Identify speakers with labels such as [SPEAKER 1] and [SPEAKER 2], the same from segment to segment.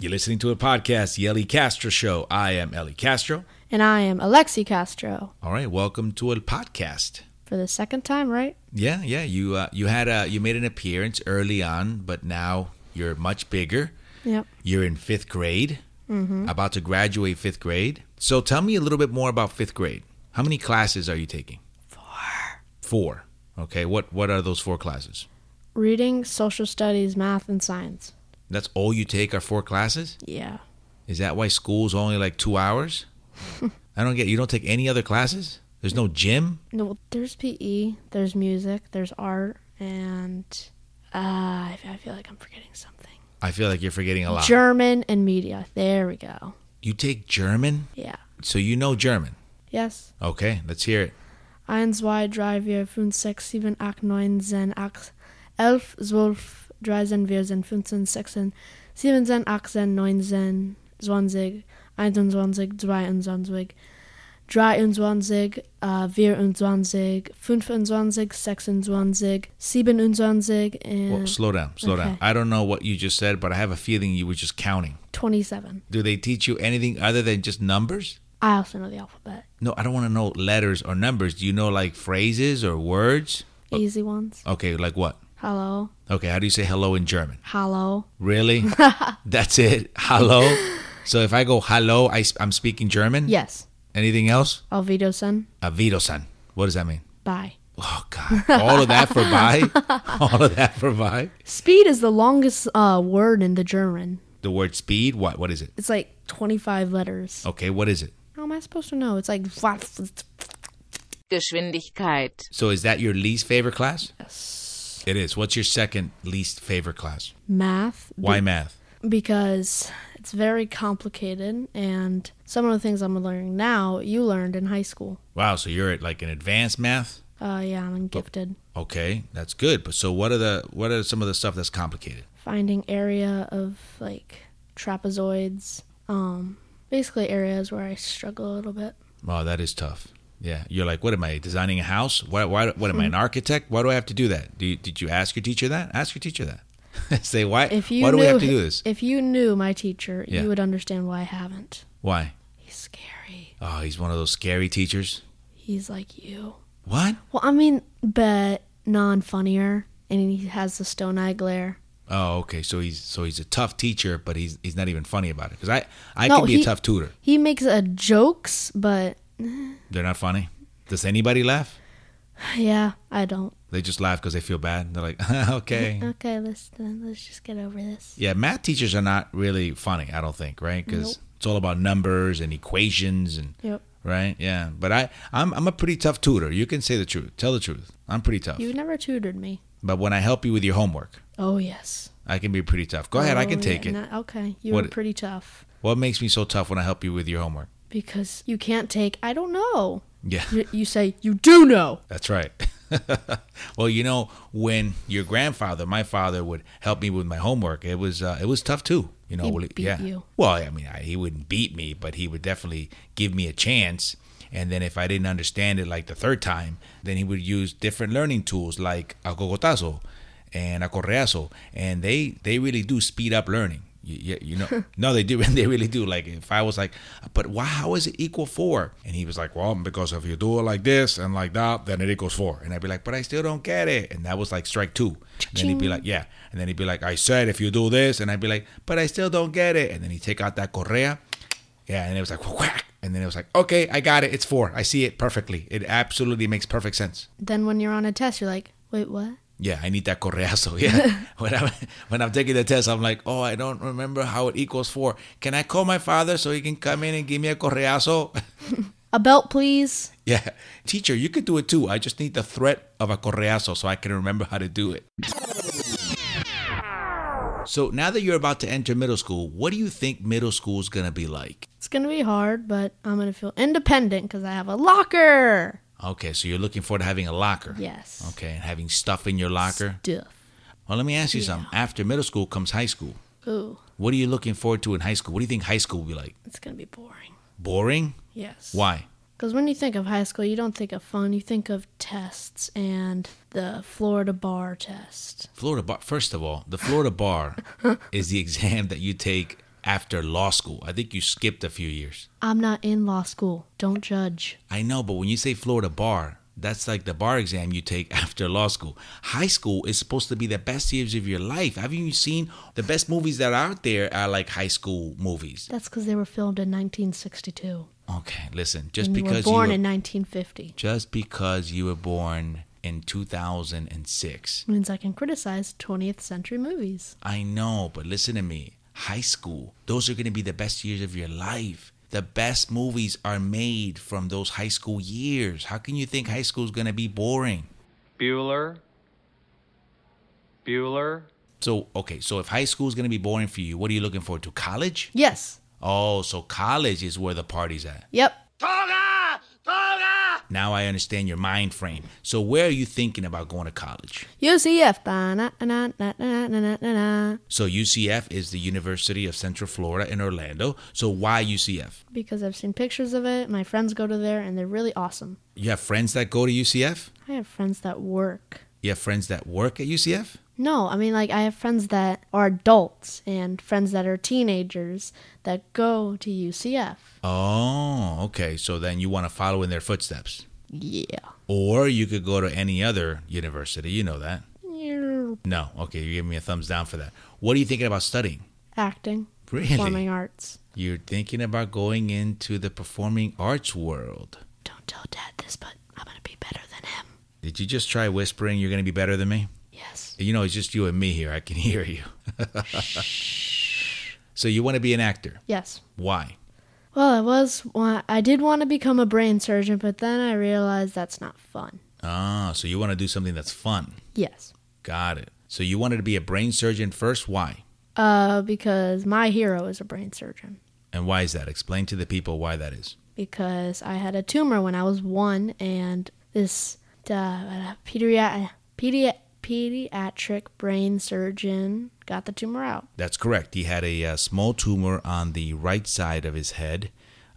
[SPEAKER 1] You're listening to a podcast, The Ellie Castro Show. I am Ellie Castro.
[SPEAKER 2] And I am Alexi Castro
[SPEAKER 1] All right, welcome to a podcast.
[SPEAKER 2] for the second time, right?
[SPEAKER 1] Yeah, yeah. You uh, you had a, you made an appearance early on, but now you're much bigger.
[SPEAKER 2] Yep.
[SPEAKER 1] You're in fifth grade, about to graduate fifth grade. So tell me a little bit more about fifth grade. How many classes are you taking? Four. Four. Okay. What what are those four classes?
[SPEAKER 2] Reading, social studies, math, and science.
[SPEAKER 1] That's all you take are four classes.
[SPEAKER 2] Yeah.
[SPEAKER 1] Is that why school's only like two hours? I don't get. You don't take any other classes. There's no gym.
[SPEAKER 2] No, well, there's PE, there's music, there's art, and uh, I I feel like I'm forgetting something.
[SPEAKER 1] I feel like you're forgetting a lot.
[SPEAKER 2] German and media. There we go.
[SPEAKER 1] you take German,
[SPEAKER 2] Yeah.
[SPEAKER 1] so you know German.
[SPEAKER 2] Yes.
[SPEAKER 1] Okay, let's hear it.
[SPEAKER 2] Eins, zwei, drei, vier, fünf, sechs, sieben, acht, neun, zehn, acht, elf, zwölf, dreizehn, vierzehn, fünfzehn, sechzehn, siebzehn, achtzehn, neunzehn, zwanzig, einundzwanzig, zweiundzwanzig, dreiundzwanzig, äh, vierundzwanzig, fünfundzwanzig, sechsundzwanzig, siebenundzwanzig,
[SPEAKER 1] Well,
[SPEAKER 2] and
[SPEAKER 1] slow down, slow down.
[SPEAKER 2] Mm. okay.
[SPEAKER 1] I don't know what you just said, but I have a feeling you were just counting.
[SPEAKER 2] twenty-seven.
[SPEAKER 1] Do they teach you anything other than just numbers?
[SPEAKER 2] I also know the alphabet.
[SPEAKER 1] No, I don't want to know letters or numbers. Do you know like phrases or words?
[SPEAKER 2] Easy ones.
[SPEAKER 1] Okay, like what?
[SPEAKER 2] Hello,
[SPEAKER 1] Okay, how do you say hello in German?
[SPEAKER 2] hello.
[SPEAKER 1] Really? That's it. Hello. So if I go hello, I, am speaking German.
[SPEAKER 2] Yes.
[SPEAKER 1] Anything else?
[SPEAKER 2] Auf Wiedersehen.
[SPEAKER 1] Avidosan. What does that mean?
[SPEAKER 2] Bye.
[SPEAKER 1] Oh God! All of that for bye. All of that for bye.
[SPEAKER 2] Speed is the longest uh, word in the German.
[SPEAKER 1] The word speed. What? What is it?
[SPEAKER 2] It's like 25 letters.
[SPEAKER 1] Okay, what is it?
[SPEAKER 2] How am I supposed to know? It's like
[SPEAKER 3] Geschwindigkeit,
[SPEAKER 1] So is that your least favorite class? It is. What's your second least favorite class?
[SPEAKER 2] math. be-
[SPEAKER 1] Why math?
[SPEAKER 2] because it's very complicated, and some of the things I'm learning now, you learned in high school.
[SPEAKER 1] Wow. So you're at like an advanced math.
[SPEAKER 2] Uh, yeah,
[SPEAKER 1] Oh.
[SPEAKER 2] I'm gifted.
[SPEAKER 1] Okay, that's good. But so what are the what are some of the stuff that's complicated?
[SPEAKER 2] Finding area of like trapezoids. Um, basically areas where I struggle a little bit.
[SPEAKER 1] Oh, that is tough. Yeah, you're like, what am I designing a house? Why? Why? What am I an
[SPEAKER 2] Hmm.
[SPEAKER 1] architect? Why do I have to do that? Do you, did you ask your teacher that? Ask your teacher that. Say why?
[SPEAKER 2] If you
[SPEAKER 1] why do
[SPEAKER 2] knew,
[SPEAKER 1] we have to do this?
[SPEAKER 2] If you knew my teacher,
[SPEAKER 1] Yeah.
[SPEAKER 2] you would understand why I haven't.
[SPEAKER 1] Why?
[SPEAKER 2] He's scary.
[SPEAKER 1] Oh, he's one of those scary teachers.
[SPEAKER 2] He's like you.
[SPEAKER 1] What?
[SPEAKER 2] Well, I mean, but non funnier, and he has the stone eye glare.
[SPEAKER 1] Oh, okay. So he's so he's a tough teacher, but he's he's not even funny about it. Because I I
[SPEAKER 2] No,
[SPEAKER 1] can be
[SPEAKER 2] he-
[SPEAKER 1] a tough tutor.
[SPEAKER 2] He makes uh, jokes, but
[SPEAKER 1] They're not funny. Does anybody laugh?
[SPEAKER 2] yeah, I don't.
[SPEAKER 1] They just laugh because they feel bad. They're like, okay.
[SPEAKER 2] Okay, let's then let's just get over this.
[SPEAKER 1] Yeah, math teachers are not really funny. I don't think, right? Because it's all about numbers and equations and
[SPEAKER 2] Yep.
[SPEAKER 1] right. Yeah, but I I'm I'm a pretty tough tutor. You can say the truth. Tell the truth. I'm pretty tough.
[SPEAKER 2] You've never tutored me.
[SPEAKER 1] but when I help you with your homework,
[SPEAKER 2] Oh yes.
[SPEAKER 1] I can be pretty tough. Go ahead, I can
[SPEAKER 2] Oh,
[SPEAKER 1] take
[SPEAKER 2] yeah,
[SPEAKER 1] it.
[SPEAKER 2] no- okay, you
[SPEAKER 1] What-
[SPEAKER 2] were pretty tough
[SPEAKER 1] What makes me so tough when I help you with your homework?
[SPEAKER 2] because you can't take. I don't know.
[SPEAKER 1] Yeah.
[SPEAKER 2] You, you say you do know.
[SPEAKER 1] That's right. well, you know, when your grandfather, my father, would help me with my homework, it was uh, it was tough too. You know,
[SPEAKER 2] He
[SPEAKER 1] well,
[SPEAKER 2] beat
[SPEAKER 1] yeah.
[SPEAKER 2] you.
[SPEAKER 1] Well, I mean, I, he wouldn't beat me, but he would definitely give me a chance. And then if I didn't understand it like the third time, then he would use different learning tools like a cocotazo and a correazo, and they they really do speed up learning. You, you know, no, they do. They really do. Like if I was like, but why? How is it equal four? And he was like, well, because if you do it like this and like that, then it equals four. And I'd be like, but I still don't get it. And that was like strike two. And then he'd be like, yeah. And then he'd be like, I said if you do this, and I'd be like, but I still don't get it. And then he'd take out that correa, yeah, and it was like whack, and then it was like, okay, I got it. It's four. I see it perfectly. It absolutely makes perfect sense.
[SPEAKER 2] Then when you're on a test, you're like, wait, what?
[SPEAKER 1] Yeah, I need that correazo. Yeah, when I'm when I'm taking the test, I'm like, oh, I don't remember how it equals four. Can I call my father so he can come in and give me a correazo?
[SPEAKER 2] A belt, please.
[SPEAKER 1] yeah, teacher, you could do it too. I just need the threat of a correazo so I can remember how to do it. So now that you're about to enter middle school, what do you think middle school is gonna be like?
[SPEAKER 2] It's gonna be hard, but I'm gonna feel independent because I have a locker.
[SPEAKER 1] Okay, so you're looking forward to having a locker.
[SPEAKER 2] Yes.
[SPEAKER 1] Okay, and having stuff in your locker.
[SPEAKER 2] Duff.
[SPEAKER 1] Well, let me ask you something. After middle school comes high school.
[SPEAKER 2] Ooh,
[SPEAKER 1] What are you looking forward to in high school? What do you think high school will be like?
[SPEAKER 2] it's gonna be boring.
[SPEAKER 1] Boring?
[SPEAKER 2] Yes.
[SPEAKER 1] Why?
[SPEAKER 2] Because when you think of high school, you don't think of fun. You think of tests and the Florida bar test.
[SPEAKER 1] Florida bar. First of all, the Florida bar is the exam that you take after law school. I think you skipped a few years.
[SPEAKER 2] I'm not in law school. Don't judge.
[SPEAKER 1] I know, but when you say Florida bar, that's like the bar exam you take after law school. High school is supposed to be the best years of your life. Haven't you seen the best movies that are out there are like high school movies?
[SPEAKER 2] That's because they were filmed in 1962.
[SPEAKER 1] Okay, listen, just
[SPEAKER 2] and
[SPEAKER 1] because
[SPEAKER 2] you were born
[SPEAKER 1] you were,
[SPEAKER 2] in 1950
[SPEAKER 1] just because you were born in 2006.
[SPEAKER 2] means I can criticize 20th century movies.
[SPEAKER 1] I know, but listen to me. High school, those are going to be the best years of your life. The best movies are made from those high school years. How can you think high school is going to be boring?
[SPEAKER 3] Bueller. Bueller.
[SPEAKER 1] So, okay, so if high school is going to be boring for you, what are you looking forward to? College?
[SPEAKER 2] Yes.
[SPEAKER 1] Oh, so college is where the party's at.
[SPEAKER 2] Yep.
[SPEAKER 1] Now I understand your mind frame. So, where are you thinking about going to college?
[SPEAKER 2] UCF. Ba-na-na-na-na-na-na-na-na.
[SPEAKER 1] So, UCF is the University of Central Florida in Orlando. So, why UCF?
[SPEAKER 2] Because I've seen pictures of it. My friends go to there and they're really awesome.
[SPEAKER 1] You have friends that go to UCF?
[SPEAKER 2] I have friends that work.
[SPEAKER 1] You have friends that work at UCF?
[SPEAKER 2] No, I mean, like, I have friends that are adults and friends that are teenagers that go to UCF.
[SPEAKER 1] Oh, okay. So then you want to follow in their footsteps.
[SPEAKER 2] Yeah.
[SPEAKER 1] Or you could go to any other university. You know that.
[SPEAKER 2] You're
[SPEAKER 1] No. Okay. You're giving me a thumbs down for that. What are you thinking about studying?
[SPEAKER 2] acting,
[SPEAKER 1] Really?
[SPEAKER 2] performing arts.
[SPEAKER 1] You're thinking about going into the performing arts world.
[SPEAKER 2] Don't tell dad this, but I'm going to be better than him.
[SPEAKER 1] Did you just try whispering you're going to be better than me?
[SPEAKER 2] Yes.
[SPEAKER 1] You know, it's just you and me here. I can hear you. so you want to be an actor.
[SPEAKER 2] Yes.
[SPEAKER 1] Why?
[SPEAKER 2] Well, I was. wa- I did want to become a brain surgeon, but then I realized that's not fun.
[SPEAKER 1] Ah, so you want to do something that's fun.
[SPEAKER 2] Yes.
[SPEAKER 1] Got it. So you wanted to be a brain surgeon first. Why?
[SPEAKER 2] Uh, because my hero is a brain surgeon.
[SPEAKER 1] And why is that? Explain to the people why that is.
[SPEAKER 2] Because I had a tumor when I was one, and this uh, pediat- pediat- pediatric brain surgeon got the tumor out.
[SPEAKER 1] That's correct. He had a, uh small tumor on the right side of his head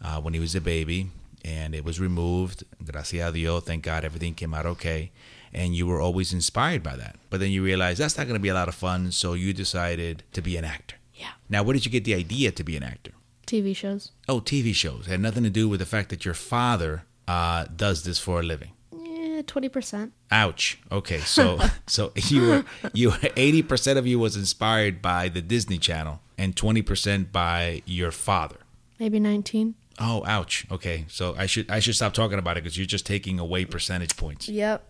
[SPEAKER 1] uh, when he was a baby, and it was removed. Gracias a Dios, thank God, everything came out okay. And you were always inspired by that. But then you realized that's not going to be a lot of fun, so you decided to be an actor.
[SPEAKER 2] Yeah.
[SPEAKER 1] Now, where did you get the idea to be an actor?
[SPEAKER 2] TV shows.
[SPEAKER 1] Oh, TV shows. It had nothing to do with the fact that your father uh, does this for a living.
[SPEAKER 2] Yeah, Eh, twenty percent.
[SPEAKER 1] Ouch. Okay, so so you were you were eighty percent of you was inspired by the Disney Channel and twenty percent by your father.
[SPEAKER 2] Maybe nineteen.
[SPEAKER 1] Oh, ouch. Okay, so I should I should stop talking about it because you're just taking away percentage points.
[SPEAKER 2] Yep.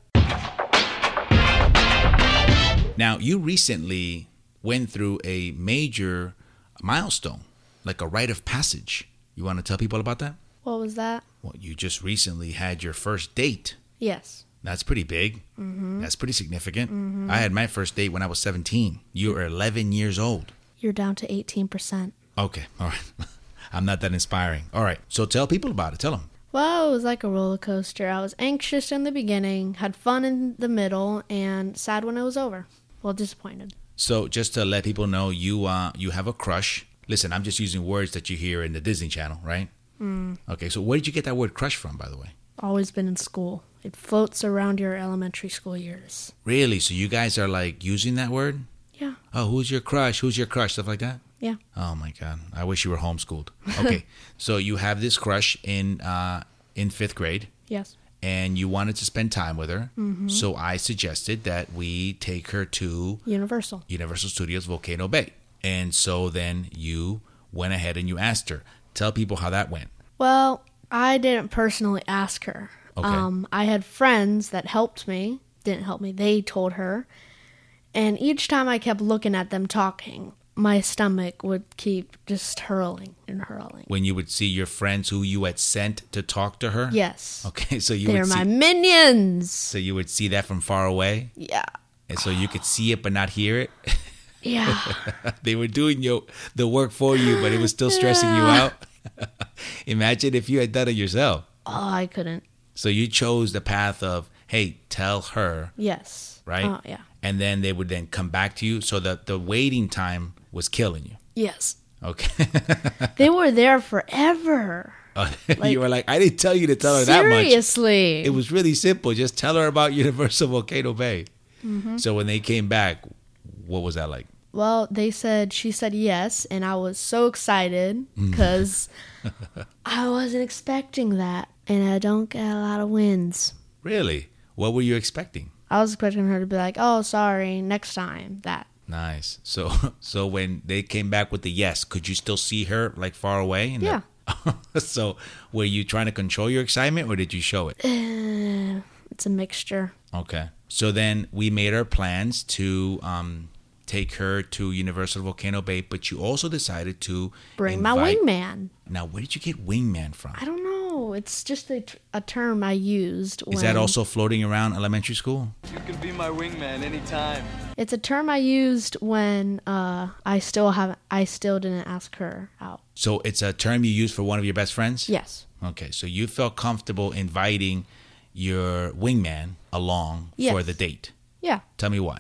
[SPEAKER 1] Now you recently went through a major milestone, like a rite of passage. You want to tell people about that?
[SPEAKER 2] What was that?
[SPEAKER 1] Well, you just recently had your first date.
[SPEAKER 2] Yes.
[SPEAKER 1] That's pretty big. That's pretty significant. I had my first date when I was 17. You were 11 years old.
[SPEAKER 2] You're down to eighteen percent.
[SPEAKER 1] Okay. All right. I'm not that inspiring. All right. So tell people about it. Tell them.
[SPEAKER 2] Well, it was like a roller coaster. I was anxious in the beginning, had fun in the middle, and sad when it was over. Well, disappointed.
[SPEAKER 1] So just to let people know, you uh, you have a crush. Listen, I'm just using words that you hear in the Disney Channel, right? Mm. Okay. So where did you get that word crush from, by the way?
[SPEAKER 2] Always been in school. It floats around your elementary school years.
[SPEAKER 1] Really? So you guys are like using that word?
[SPEAKER 2] Yeah.
[SPEAKER 1] Oh, who's your crush? Who's your crush? Stuff like that.
[SPEAKER 2] Yeah.
[SPEAKER 1] Oh my God! I wish you were homeschooled. Okay. so you have this crush in uh, in fifth grade.
[SPEAKER 2] Yes.
[SPEAKER 1] and you wanted to spend time with her. So I suggested that we take her to
[SPEAKER 2] Universal.
[SPEAKER 1] Universal Studios Volcano Bay. And so then you went ahead and you asked her. Tell people how that went.
[SPEAKER 2] Well, I didn't personally ask her.
[SPEAKER 1] Okay.
[SPEAKER 2] Um, I had friends that helped me. Didn't help me. They told her. And each time I kept looking at them talking, my stomach would keep just hurling and hurling.
[SPEAKER 1] When you would see your friends who you had sent to talk to her.
[SPEAKER 2] Yes.
[SPEAKER 1] Okay, so you
[SPEAKER 2] They're
[SPEAKER 1] would see
[SPEAKER 2] my minions.
[SPEAKER 1] so you would see that from far away.
[SPEAKER 2] Yeah.
[SPEAKER 1] And so you could see it but not hear it.
[SPEAKER 2] Yeah.
[SPEAKER 1] they were doing your the work for you, but it was still stressing you out. Imagine if you had done it yourself.
[SPEAKER 2] oh, I couldn't.
[SPEAKER 1] So you chose the path of, hey, tell her
[SPEAKER 2] Yes.
[SPEAKER 1] right?
[SPEAKER 2] Oh, yeah.
[SPEAKER 1] And then they would then come back to you, so that the waiting time was killing you.
[SPEAKER 2] Yes.
[SPEAKER 1] Okay,
[SPEAKER 2] They were there forever.
[SPEAKER 1] you were like, I didn't tell you to tell her that much.
[SPEAKER 2] Seriously.
[SPEAKER 1] It was really simple. Just
[SPEAKER 2] Mm-hmm.
[SPEAKER 1] tell her about Universal Volcano Bay. So when they came back, what was that like?
[SPEAKER 2] Well, they said she said yes, and I was so excited
[SPEAKER 1] Mm.
[SPEAKER 2] because I wasn't expecting that, and I don't get a lot of wins.
[SPEAKER 1] Really? What were you expecting?
[SPEAKER 2] I was expecting her to be like, "Oh, sorry, next time." That
[SPEAKER 1] Nice. So so when they came back with the yes, could you still see her like far away? in the- so were you trying to control your excitement or did you show it?
[SPEAKER 2] Eh, it's a mixture.
[SPEAKER 1] Okay. So then we made our plans to um take her to Universal Volcano Bay, but you also decided to
[SPEAKER 2] Bring my
[SPEAKER 1] invite-
[SPEAKER 2] wingman.
[SPEAKER 1] Now, where did you get wingman from?
[SPEAKER 2] I don't know. It's just a, t- a term I used. When,
[SPEAKER 1] Is that also floating around elementary school?
[SPEAKER 3] You can be my wingman anytime.
[SPEAKER 2] It's a term I used when uh, I still haven't. I still didn't ask her out.
[SPEAKER 1] So it's a term you use for one of your best friends?
[SPEAKER 2] Yes.
[SPEAKER 1] Okay, so you felt comfortable inviting your wingman along
[SPEAKER 2] Yes.
[SPEAKER 1] for the date.
[SPEAKER 2] Yeah.
[SPEAKER 1] Tell me why.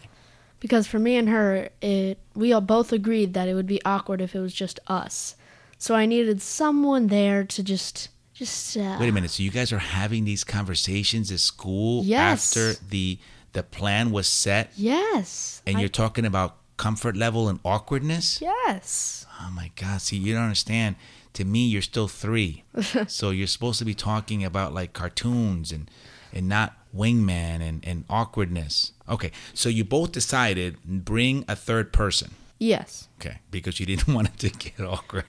[SPEAKER 2] Because for me and her, it we all both agreed that it would be awkward if it was just us. So I needed someone there to just just uh,
[SPEAKER 1] Wait a minute. So you guys are having these conversations at school
[SPEAKER 2] Yes.
[SPEAKER 1] after the the plan was set,
[SPEAKER 2] Yes.
[SPEAKER 1] and
[SPEAKER 2] I-
[SPEAKER 1] you're talking about comfort level and awkwardness.
[SPEAKER 2] yes.
[SPEAKER 1] Oh my God! See, you don't understand. To me, you're still three, so you're supposed to be talking about like cartoons and and not wingman and and awkwardness. Okay, so you both decided bring a third person.
[SPEAKER 2] Yes.
[SPEAKER 1] Okay, because you didn't want it to get awkward.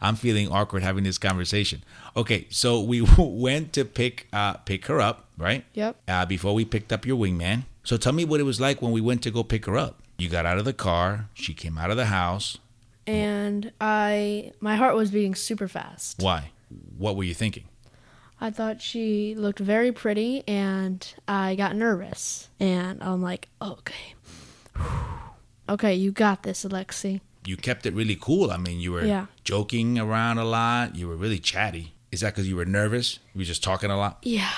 [SPEAKER 1] I'm feeling awkward having this conversation. Okay, so we went to pick uh, pick her up, right?
[SPEAKER 2] Yep.
[SPEAKER 1] Uh, before we picked up your wingman. So tell me what it was like when we went to go pick her up. You got out of the car. She came out of the house.
[SPEAKER 2] And I my heart was beating super fast.
[SPEAKER 1] Why? What were you thinking?
[SPEAKER 2] I thought she looked very pretty and I got nervous. And I'm like, okay. okay, you got this, Alexi.
[SPEAKER 1] You kept it really cool. I mean, you were
[SPEAKER 2] Yeah.
[SPEAKER 1] joking around a lot. You were really chatty. Is that because you were nervous? You were just talking a lot.
[SPEAKER 2] Yeah.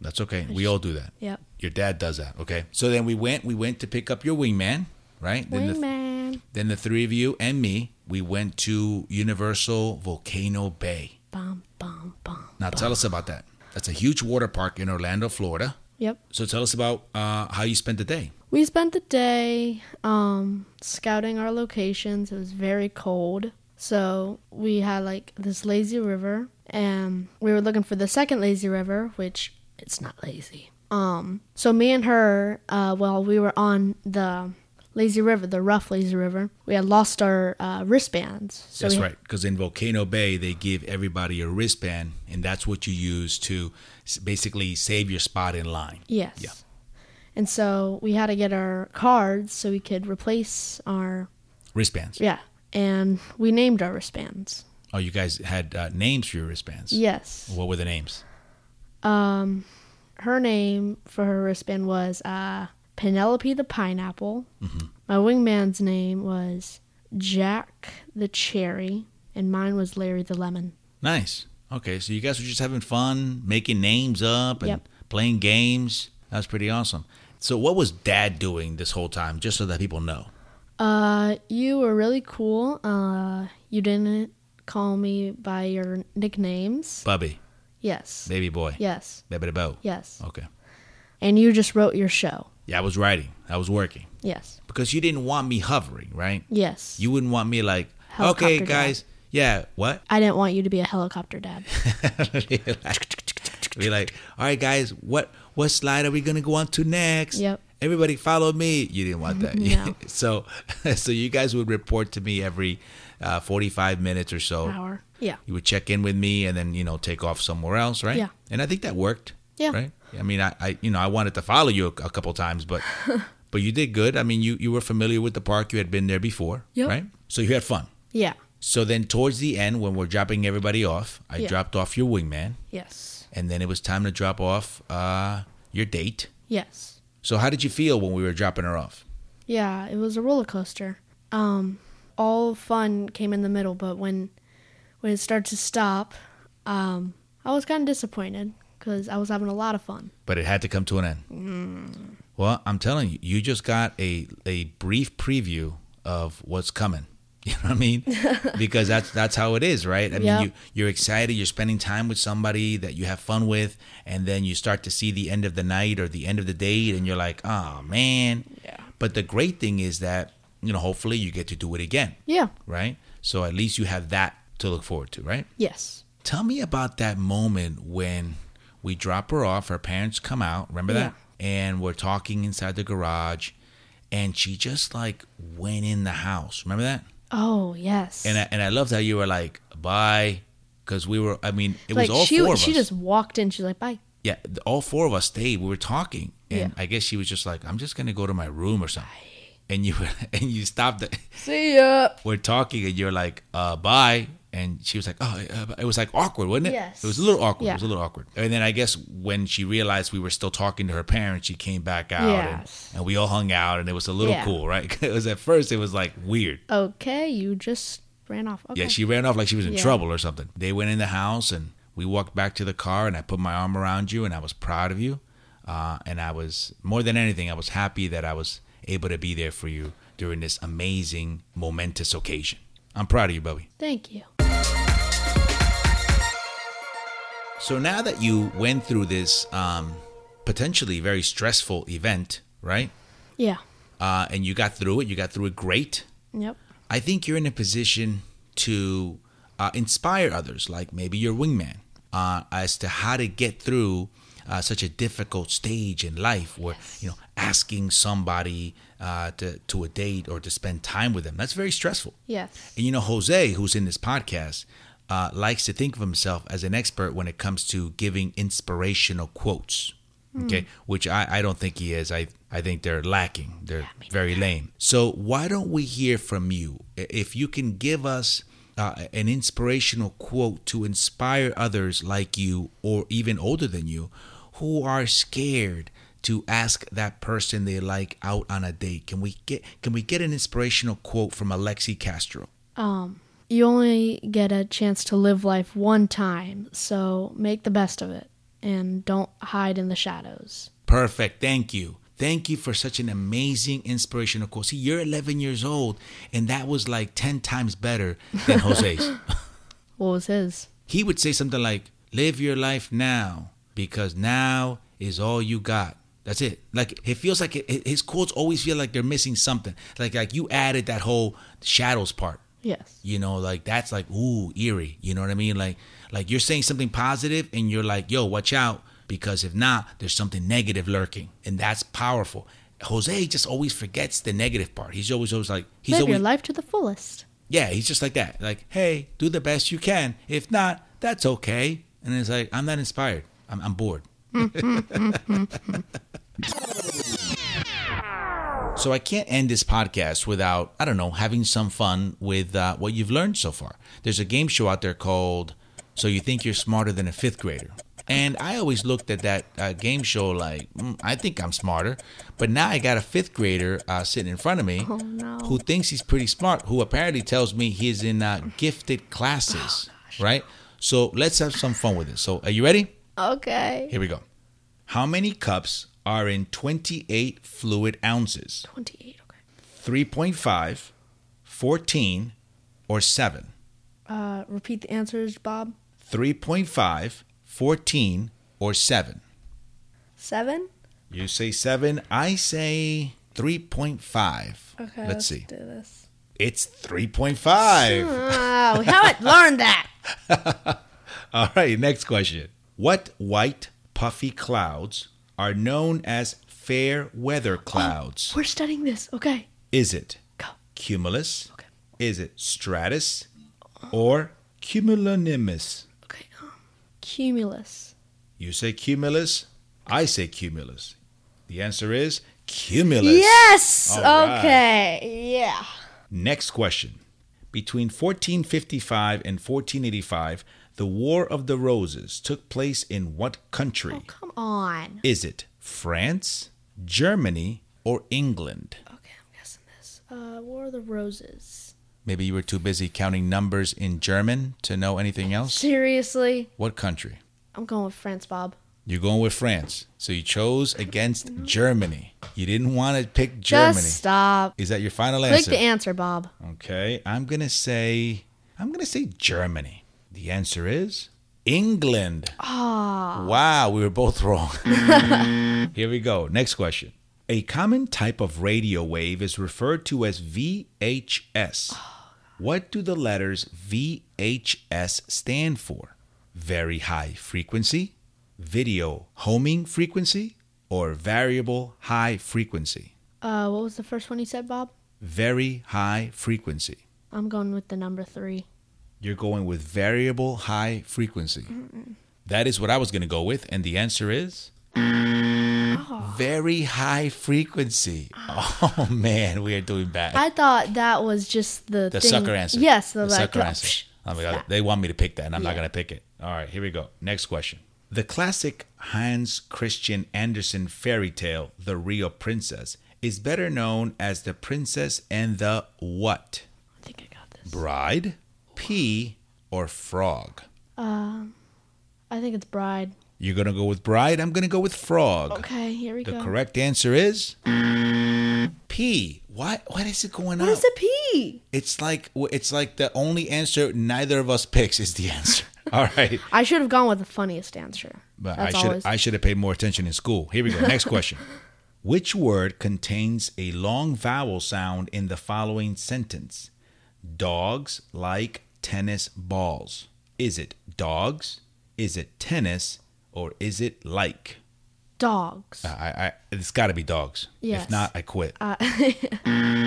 [SPEAKER 1] That's okay. We all do that.
[SPEAKER 2] Yep.
[SPEAKER 1] Your dad does that, okay? So then we went. We went to pick up your wingman, right? Then the,
[SPEAKER 2] Wingman.
[SPEAKER 1] then the three of you and me, we went to Universal Volcano Bay.
[SPEAKER 2] Bum, bum, bum.
[SPEAKER 1] Now tell us about that. That's a huge water park in Orlando, Florida.
[SPEAKER 2] Yep.
[SPEAKER 1] So tell us about uh, how you spent the day.
[SPEAKER 2] We spent the day um, scouting our locations. It was very cold. So we had like this lazy river and we were looking for the second lazy river, which it's not lazy. Um, so me and her, uh, while we were on the lazy river, the rough lazy river, we had lost our uh, wristbands. So
[SPEAKER 1] that's
[SPEAKER 2] we-
[SPEAKER 1] right. Because in Volcano Bay, they give everybody a wristband, and that's what you use to s- basically save your spot in line.
[SPEAKER 2] Yes.
[SPEAKER 1] Yeah.
[SPEAKER 2] And so we had to get our cards so we could replace our,
[SPEAKER 1] Wristbands.
[SPEAKER 2] yeah. And we named our wristbands.
[SPEAKER 1] Oh, you guys had uh, names for your wristbands.
[SPEAKER 2] Yes.
[SPEAKER 1] What were the names?
[SPEAKER 2] um her name for her wristband was uh Penelope the pineapple. My wingman's name was Jack the cherry and mine was Larry the lemon.
[SPEAKER 1] Nice. Okay, so you guys were just having fun, making names up and
[SPEAKER 2] Yep.
[SPEAKER 1] playing games. That was pretty awesome. So what was dad doing this whole time just so that people know?
[SPEAKER 2] Uh you were really cool. Uh you didn't call me by your nicknames.
[SPEAKER 1] Bubby,
[SPEAKER 2] Yes.
[SPEAKER 1] baby boy,
[SPEAKER 2] Yes.
[SPEAKER 1] baby the bow.
[SPEAKER 2] Yes.
[SPEAKER 1] Okay.
[SPEAKER 2] And you just wrote your show.
[SPEAKER 1] Yeah, I was writing. I was working
[SPEAKER 2] Yes.
[SPEAKER 1] because you didn't want me hovering, right?
[SPEAKER 2] Yes.
[SPEAKER 1] You wouldn't want me like,
[SPEAKER 2] Helicopter
[SPEAKER 1] "Okay,
[SPEAKER 2] dad."
[SPEAKER 1] guys, yeah, what?"
[SPEAKER 2] I didn't want you to be a helicopter dad.
[SPEAKER 1] Be like, "All right, guys, what what slide are we going to go on to next?"
[SPEAKER 2] Yep.
[SPEAKER 1] Everybody follow me. You didn't want that.
[SPEAKER 2] No.
[SPEAKER 1] so so you guys would report to me every uh, 45 minutes or so.
[SPEAKER 2] Power. Yeah.
[SPEAKER 1] you would check in with me and then you know take off somewhere else right
[SPEAKER 2] Yeah.
[SPEAKER 1] and i think that worked
[SPEAKER 2] Yeah.
[SPEAKER 1] right i mean i, I you know i wanted to follow you a, a couple times but but you did good i mean you you were familiar with the park you had been there before
[SPEAKER 2] Yep.
[SPEAKER 1] right so you had fun
[SPEAKER 2] Yeah.
[SPEAKER 1] so then towards the end when we're dropping everybody off i
[SPEAKER 2] Yeah.
[SPEAKER 1] dropped off your wingman
[SPEAKER 2] Yes.
[SPEAKER 1] and then it was time to drop off uh your date
[SPEAKER 2] Yes.
[SPEAKER 1] so how did you feel when we were dropping her off
[SPEAKER 2] Yeah, it was a roller coaster. Um, all fun came in the middle, but when when it started to stop, um, I was kind of disappointed because I was having a lot of fun.
[SPEAKER 1] but it had to come to an end. Well, I'm telling you, you just got a a brief preview of what's coming. You know what I mean? because that's that's how it is, right? I mean,
[SPEAKER 2] Yep.
[SPEAKER 1] you you're excited, you're spending time with somebody that you have fun with, and then you start to see the end of the night or the end of the date, and you're like, oh man,
[SPEAKER 2] Yeah.
[SPEAKER 1] But the great thing is that, you know, hopefully you get to do it again,
[SPEAKER 2] Yeah.
[SPEAKER 1] right? So at least you have that to look forward to, right?
[SPEAKER 2] Yes.
[SPEAKER 1] Tell me about that moment when we drop her off, her parents come out, remember
[SPEAKER 2] Yeah.
[SPEAKER 1] that? And we're talking inside the garage and she just like went in the house. Remember that?
[SPEAKER 2] Oh yes.
[SPEAKER 1] And uh, I, and I loved how you were like, "Bye." Cuz we were I mean, it
[SPEAKER 2] like
[SPEAKER 1] was all
[SPEAKER 2] she
[SPEAKER 1] four of
[SPEAKER 2] she
[SPEAKER 1] us.
[SPEAKER 2] just walked in. She's like, bye.
[SPEAKER 1] yeah, th- all four of us stayed. We were talking, and
[SPEAKER 2] Yeah.
[SPEAKER 1] I guess she was just like, "I'm just gonna go to my room or something." And you and you stopped. The,
[SPEAKER 2] See ya.
[SPEAKER 1] we're talking, and you're like, "Uh, bye." And she was like, "Oh, uh, it was like awkward, wasn't it?"
[SPEAKER 2] Yes.
[SPEAKER 1] It was a little awkward.
[SPEAKER 2] Yeah.
[SPEAKER 1] It was a little awkward. And then I guess when she realized we were still talking to her parents, she came back out,
[SPEAKER 2] Yes.
[SPEAKER 1] and, and we all hung out, and it was a little
[SPEAKER 2] Yeah.
[SPEAKER 1] cool, right? it was at first, it was like weird.
[SPEAKER 2] Okay, you just ran off. Okay.
[SPEAKER 1] Yeah, she ran off like she was in
[SPEAKER 2] Yeah.
[SPEAKER 1] trouble or something. They went in the house and we walked back to the car and I put my arm around you and I was proud of you. Uh, and I was, more than anything, I was happy that I was able to be there for you during this amazing, momentous occasion. I'm proud of you, Bubby.
[SPEAKER 2] Thank you.
[SPEAKER 1] So now that you went through this um, potentially very stressful event, right?
[SPEAKER 2] Yeah.
[SPEAKER 1] Uh, and you got through it, you got through it great.
[SPEAKER 2] Yep.
[SPEAKER 1] I think you're in a position to uh, inspire others, like maybe your wingman, uh, as to how to get through uh, such a difficult stage in life, where you know asking somebody uh, to to a date or to spend time with them that's very stressful.
[SPEAKER 2] Yes.
[SPEAKER 1] And you know, Jose, who's in this podcast, uh, likes to think of himself as an expert when it comes to giving inspirational quotes. Okay, which I, I don't think he is. I, I think they're lacking. They're very lame. So why don't we hear from you? I- If you can give us uh, an inspirational quote to inspire others like you or even older than you who are scared to ask that person they like out on a date. Can we get can we get an inspirational quote from Alexi Castro?
[SPEAKER 2] Um you only get a chance to live life one time, so make the best of it and don't hide in the shadows.
[SPEAKER 1] Perfect. Thank you. Thank you for such an amazing inspirational quote. See, you're 11 years old, and that was like 10 times better than Jose's.
[SPEAKER 2] What was his?
[SPEAKER 1] he would say something like, Live your life now because now is all you got. That's it. Like it feels like it, his quotes always feel like they're missing something. Like like you added that whole shadows part.
[SPEAKER 2] Yes.
[SPEAKER 1] You know, like that's like ooh eerie. You know what I mean? Like like you're saying something positive and you're like, yo, watch out because if not, there's something negative lurking, and that's powerful. Jose just always forgets the negative part. He's always always like he's
[SPEAKER 2] Live
[SPEAKER 1] always
[SPEAKER 2] your life to the fullest.
[SPEAKER 1] yeah, he's just like that. Like hey, do the best you can. If not, that's okay. And it's like I'm not inspired. I'm, I'm bored. So I can't end this podcast without, I don't know, having some fun with uh, what you've learned so far. There's a game show out there called So You Think You're Smarter Than a Fifth Grader. And I always looked at that uh, game show like, mm, I think I'm smarter. But now I got a fifth grader uh, sitting in front of me
[SPEAKER 2] Oh, no.
[SPEAKER 1] who thinks he's pretty smart, who apparently tells me he's in uh, gifted
[SPEAKER 2] Oh,
[SPEAKER 1] classes, right? So let's have some fun with it. So are you ready?
[SPEAKER 2] Okay.
[SPEAKER 1] Here we go. How many cups are in 28 fluid ounces?
[SPEAKER 2] 28. Okay.
[SPEAKER 1] 3.5, 14, or 7?
[SPEAKER 2] Uh repeat the answers, Bob.
[SPEAKER 1] 3.5, 14, or 7?
[SPEAKER 2] 7?
[SPEAKER 1] You say 7, I say 3.5.
[SPEAKER 2] Okay.
[SPEAKER 1] Let's see.
[SPEAKER 2] do this.
[SPEAKER 1] It's 3.5.
[SPEAKER 2] Oh, we haven't learned that.
[SPEAKER 1] All right, next question. What white puffy clouds are known as fair weather clouds?
[SPEAKER 2] We're studying this. Okay.
[SPEAKER 1] Is it
[SPEAKER 2] Go.
[SPEAKER 1] cumulus?
[SPEAKER 2] Okay.
[SPEAKER 1] Is it stratus or cumulonimbus?
[SPEAKER 2] Okay. Um, cumulus.
[SPEAKER 1] You say cumulus, I say cumulus. The answer is cumulus.
[SPEAKER 2] Yes.
[SPEAKER 1] All right.
[SPEAKER 2] Okay. Yeah.
[SPEAKER 1] Next question. Between 1455 and 1485, the War of the Roses took place in what country?
[SPEAKER 2] Oh, come on.
[SPEAKER 1] Is it France, Germany, or England?
[SPEAKER 2] Okay, I'm guessing this. Uh, War of the Roses.
[SPEAKER 1] Maybe you were too busy counting numbers in German to know anything else?
[SPEAKER 2] Seriously,
[SPEAKER 1] What country?
[SPEAKER 2] I'm going with France, Bob.
[SPEAKER 1] You're going with France. So you chose against Germany. You didn't want to pick Germany.
[SPEAKER 2] Just stop.
[SPEAKER 1] Is that your final
[SPEAKER 2] Click
[SPEAKER 1] answer?
[SPEAKER 2] the answer, Bob.
[SPEAKER 1] Okay, I'm gonna say I'm gonna say Germany. The answer is England.
[SPEAKER 2] Ah.
[SPEAKER 1] Wow, we were both wrong. Here we go. Next question. A common type of radio wave is referred to as VHS. What do the letters VHS stand for? Very high frequency, video homing frequency, or variable high frequency?
[SPEAKER 2] Uh, what was the first one you said, Bob?
[SPEAKER 1] Very high frequency.
[SPEAKER 2] I'm going with the number three.
[SPEAKER 1] You're going with variable high frequency. That is what I was going to go with. And the answer is
[SPEAKER 2] Ah.
[SPEAKER 1] very high frequency. Oh, man, we are doing bad.
[SPEAKER 2] I thought that was just the
[SPEAKER 1] The
[SPEAKER 2] thing-
[SPEAKER 1] sucker answer.
[SPEAKER 2] Yes,
[SPEAKER 1] the,
[SPEAKER 2] the, like,
[SPEAKER 1] sucker
[SPEAKER 2] oh,
[SPEAKER 1] answer.
[SPEAKER 2] psh,
[SPEAKER 1] Oh my god,
[SPEAKER 2] that.
[SPEAKER 1] they want me to pick that, and I'm not
[SPEAKER 2] Yeah.
[SPEAKER 1] gonna pick it. All right, here we go. Next question. The classic Hans Christian Andersen fairy tale, The Real Princess, is better known as The Princess and the What?
[SPEAKER 2] I think I got this.
[SPEAKER 1] Bride, pea, or frog?
[SPEAKER 2] Um, I think it's Bride.
[SPEAKER 1] You're gonna go with bride. I'm gonna go with frog.
[SPEAKER 2] Okay, here we
[SPEAKER 1] The
[SPEAKER 2] go.
[SPEAKER 1] correct answer is P. What? What is it going on?
[SPEAKER 2] What is a P?
[SPEAKER 1] It's like it's like the only answer neither of us picks is the answer. All right.
[SPEAKER 2] I should have gone with the funniest answer.
[SPEAKER 1] But
[SPEAKER 2] That's
[SPEAKER 1] I should
[SPEAKER 2] always-
[SPEAKER 1] I should have paid more attention in school. Here we go. Next question. Which word contains a long vowel sound in the following sentence? Dogs like tennis balls. Is it dogs? Is it tennis? Or is it like?
[SPEAKER 2] dogs.
[SPEAKER 1] I, I it's got to be dogs. If
[SPEAKER 2] Yes.
[SPEAKER 1] not, I quit.
[SPEAKER 2] Uh,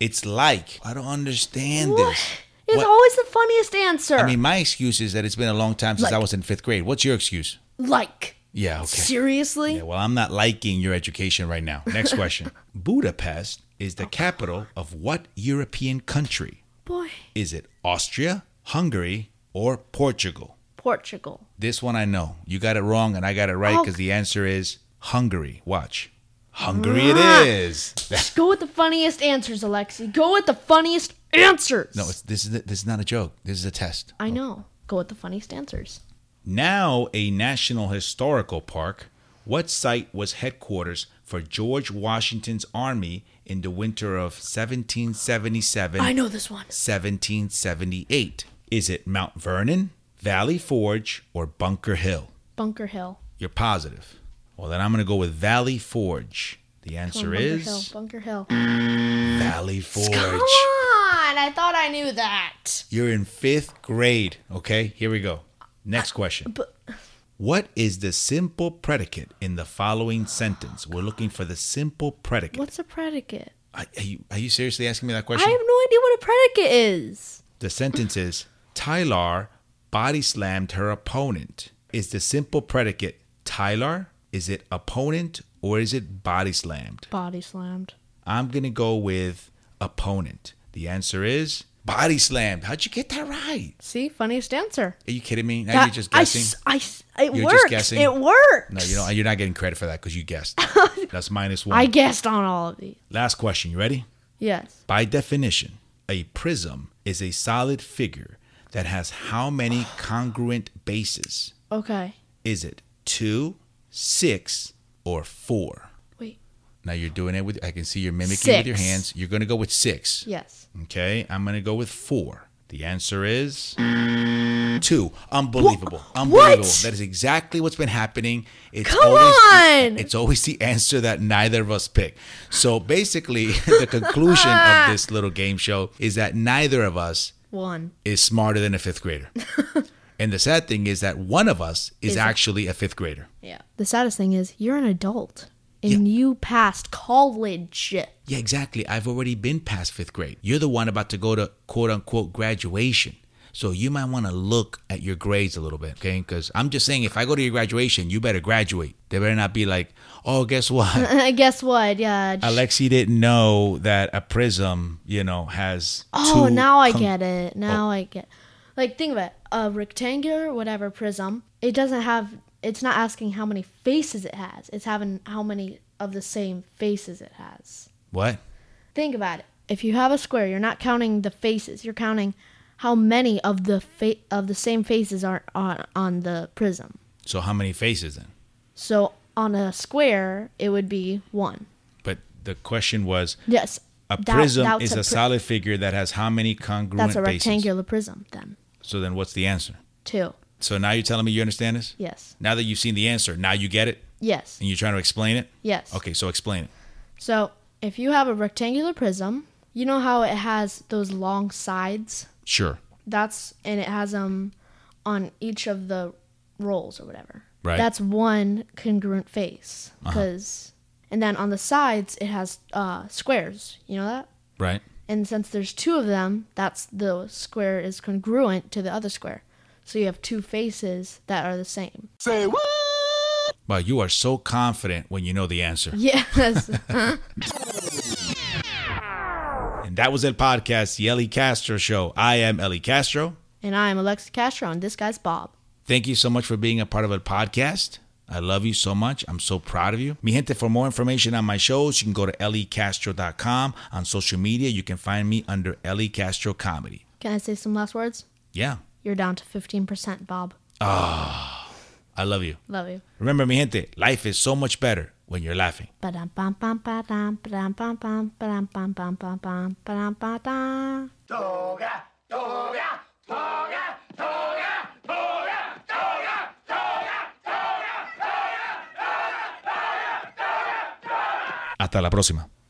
[SPEAKER 1] It's like I don't understand
[SPEAKER 2] What?
[SPEAKER 1] this.
[SPEAKER 2] It's
[SPEAKER 1] What-
[SPEAKER 2] always the funniest answer.
[SPEAKER 1] I mean, my excuse is that it's been a long time since I
[SPEAKER 2] Like.
[SPEAKER 1] was in fifth grade. What's your excuse?
[SPEAKER 2] like
[SPEAKER 1] Yeah. Okay.
[SPEAKER 2] seriously?
[SPEAKER 1] Yeah, well, I'm not liking your education right now. Next question. Budapest is the capital of what European country?
[SPEAKER 2] Boy,
[SPEAKER 1] Is it Austria, Hungary, or Portugal?
[SPEAKER 2] Portugal.
[SPEAKER 1] This one I know. You got it wrong and I got it right
[SPEAKER 2] Oh.
[SPEAKER 1] because the answer is Hungary. Watch. Hungary it
[SPEAKER 2] Ah.
[SPEAKER 1] is.
[SPEAKER 2] Just go with the funniest answers, Alexi. Go with the funniest answers.
[SPEAKER 1] No, it's, this is this is not a joke. This is a test.
[SPEAKER 2] I know. Go with the funniest answers.
[SPEAKER 1] Now a national historical park, what site was headquarters for George Washington's army in the winter of 1777
[SPEAKER 2] I know this one.
[SPEAKER 1] 1778. Is it Mount Vernon, Valley Forge, or Bunker Hill?
[SPEAKER 2] Bunker Hill.
[SPEAKER 1] You're positive. Well, then I'm going to go with Valley Forge. The
[SPEAKER 2] Come on,
[SPEAKER 1] answer
[SPEAKER 2] Bunker Hill.
[SPEAKER 1] is
[SPEAKER 2] Bunker Hill.
[SPEAKER 1] Valley
[SPEAKER 2] Come
[SPEAKER 1] Forge.
[SPEAKER 2] on! I thought I knew that.
[SPEAKER 1] You're in fifth grade. Okay, here we go. Next question.
[SPEAKER 2] Uh, But
[SPEAKER 1] What is the simple predicate in the following sentence? We're looking for the simple predicate.
[SPEAKER 2] what's a predicate?
[SPEAKER 1] Are, are you, are you seriously asking me that
[SPEAKER 2] I
[SPEAKER 1] question?
[SPEAKER 2] have no idea what a predicate is.
[SPEAKER 1] The sentence is Tylar body slammed her opponent. Is the simple predicate Tylar? Is it opponent or is it body slammed?
[SPEAKER 2] Body slammed.
[SPEAKER 1] I'm going to go with opponent. The answer is body slammed. How'd you get that right?
[SPEAKER 2] See, funniest answer.
[SPEAKER 1] Are you kidding me? Now
[SPEAKER 2] That-
[SPEAKER 1] you're just guessing.
[SPEAKER 2] I, s- I s- it
[SPEAKER 1] You're just
[SPEAKER 2] works.
[SPEAKER 1] guessing?
[SPEAKER 2] It works.
[SPEAKER 1] no, you don't, you're not getting credit for that because you guessed. That's minus one.
[SPEAKER 2] I guessed on all of these.
[SPEAKER 1] Last question. You ready?
[SPEAKER 2] Yes.
[SPEAKER 1] By definition, a prism is a solid figure that has how many congruent bases?
[SPEAKER 2] Okay.
[SPEAKER 1] Is it two, six, or four?
[SPEAKER 2] Wait.
[SPEAKER 1] Now you're doing it with, I can see you're mimicking with your
[SPEAKER 2] Six.
[SPEAKER 1] hands. You're going to go with six.
[SPEAKER 2] Yes.
[SPEAKER 1] Okay. I'm going to go with four. The answer is two. Unbelievable. Unbelievable. That is exactly what's been happening. It's
[SPEAKER 2] Come on!
[SPEAKER 1] It's always the answer that neither of us pick. So basically, the conclusion of this little game show is that neither of us
[SPEAKER 2] One.
[SPEAKER 1] is smarter than a fifth grader. and the sad thing is that one of us is
[SPEAKER 2] Is a-
[SPEAKER 1] actually a fifth grader.
[SPEAKER 2] Yeah. The saddest thing is you're an adult and you passed college.
[SPEAKER 1] Yeah, exactly. I've already been past fifth grade. You're the one about to go to quote unquote graduation. So you might want to look at your grades a little bit, okay? Because I'm just saying, if I go to your graduation, you better graduate. They better not be like, oh, guess what?
[SPEAKER 2] Guess what? Yeah. j-
[SPEAKER 1] Alexi didn't know that a prism, you know, has.
[SPEAKER 2] oh,
[SPEAKER 1] two
[SPEAKER 2] now I
[SPEAKER 1] con-
[SPEAKER 2] get it. Now I get. Like think of it. A rectangular whatever prism. It doesn't have it's not asking how many faces it has. It's having how many of the same faces it has.
[SPEAKER 1] What?
[SPEAKER 2] Think about it. If you have a square, you're not counting the faces. You're counting how many of the fa- of the same faces are on on the prism.
[SPEAKER 1] So how many faces then?
[SPEAKER 2] So on a square, it would be one.
[SPEAKER 1] But the question was
[SPEAKER 2] Yes.
[SPEAKER 1] a
[SPEAKER 2] that-
[SPEAKER 1] prism
[SPEAKER 2] that's
[SPEAKER 1] is a,
[SPEAKER 2] pri-
[SPEAKER 1] solid figure that has how many congruent
[SPEAKER 2] That's a
[SPEAKER 1] bases?
[SPEAKER 2] rectangular prism then.
[SPEAKER 1] So then what's the answer?
[SPEAKER 2] Two.
[SPEAKER 1] So now you're telling me you understand this?
[SPEAKER 2] Yes.
[SPEAKER 1] Now that you've seen the answer, now you get it?
[SPEAKER 2] Yes.
[SPEAKER 1] And you're trying to explain it?
[SPEAKER 2] Yes.
[SPEAKER 1] Okay, so explain it.
[SPEAKER 2] So if you have a rectangular prism, you know how it has those long sides?
[SPEAKER 1] Sure.
[SPEAKER 2] That's and it has them on each of the rolls or whatever.
[SPEAKER 1] Right.
[SPEAKER 2] That's one congruent face because and then on the sides it has uh, squares. You know that?
[SPEAKER 1] Right.
[SPEAKER 2] And since there's two of them, that's the square is congruent to the other square. So you have two faces that are the same.
[SPEAKER 1] Wow, you are so confident when you know the answer.
[SPEAKER 2] Yes. Mm-hmm.
[SPEAKER 1] And that was it, podcast, the Ellie Castro Show. I am Ellie Castro.
[SPEAKER 2] and I'm Alexa Castro and this guy's Bob.
[SPEAKER 1] Thank you so much for being a part of the podcast. I love you so much. I'm so proud of you. Mi gente, for more information on my shows, you can go to E elliecastro.com. On social media, you can find me under Ellie Castro Comedy.
[SPEAKER 2] Can I say some last words?
[SPEAKER 1] Yeah,
[SPEAKER 2] You're down to 15%, Bob.
[SPEAKER 1] I love you.
[SPEAKER 2] Love you.
[SPEAKER 1] Remember, mi gente, life is so much better when you're laughing.
[SPEAKER 2] Ba-dum, bum, bum, ba-dum, ba-dum, bum, bum, ba-dum, bum, bum, bum, bum, ba-dum, ba-dum.
[SPEAKER 1] Hasta la próxima.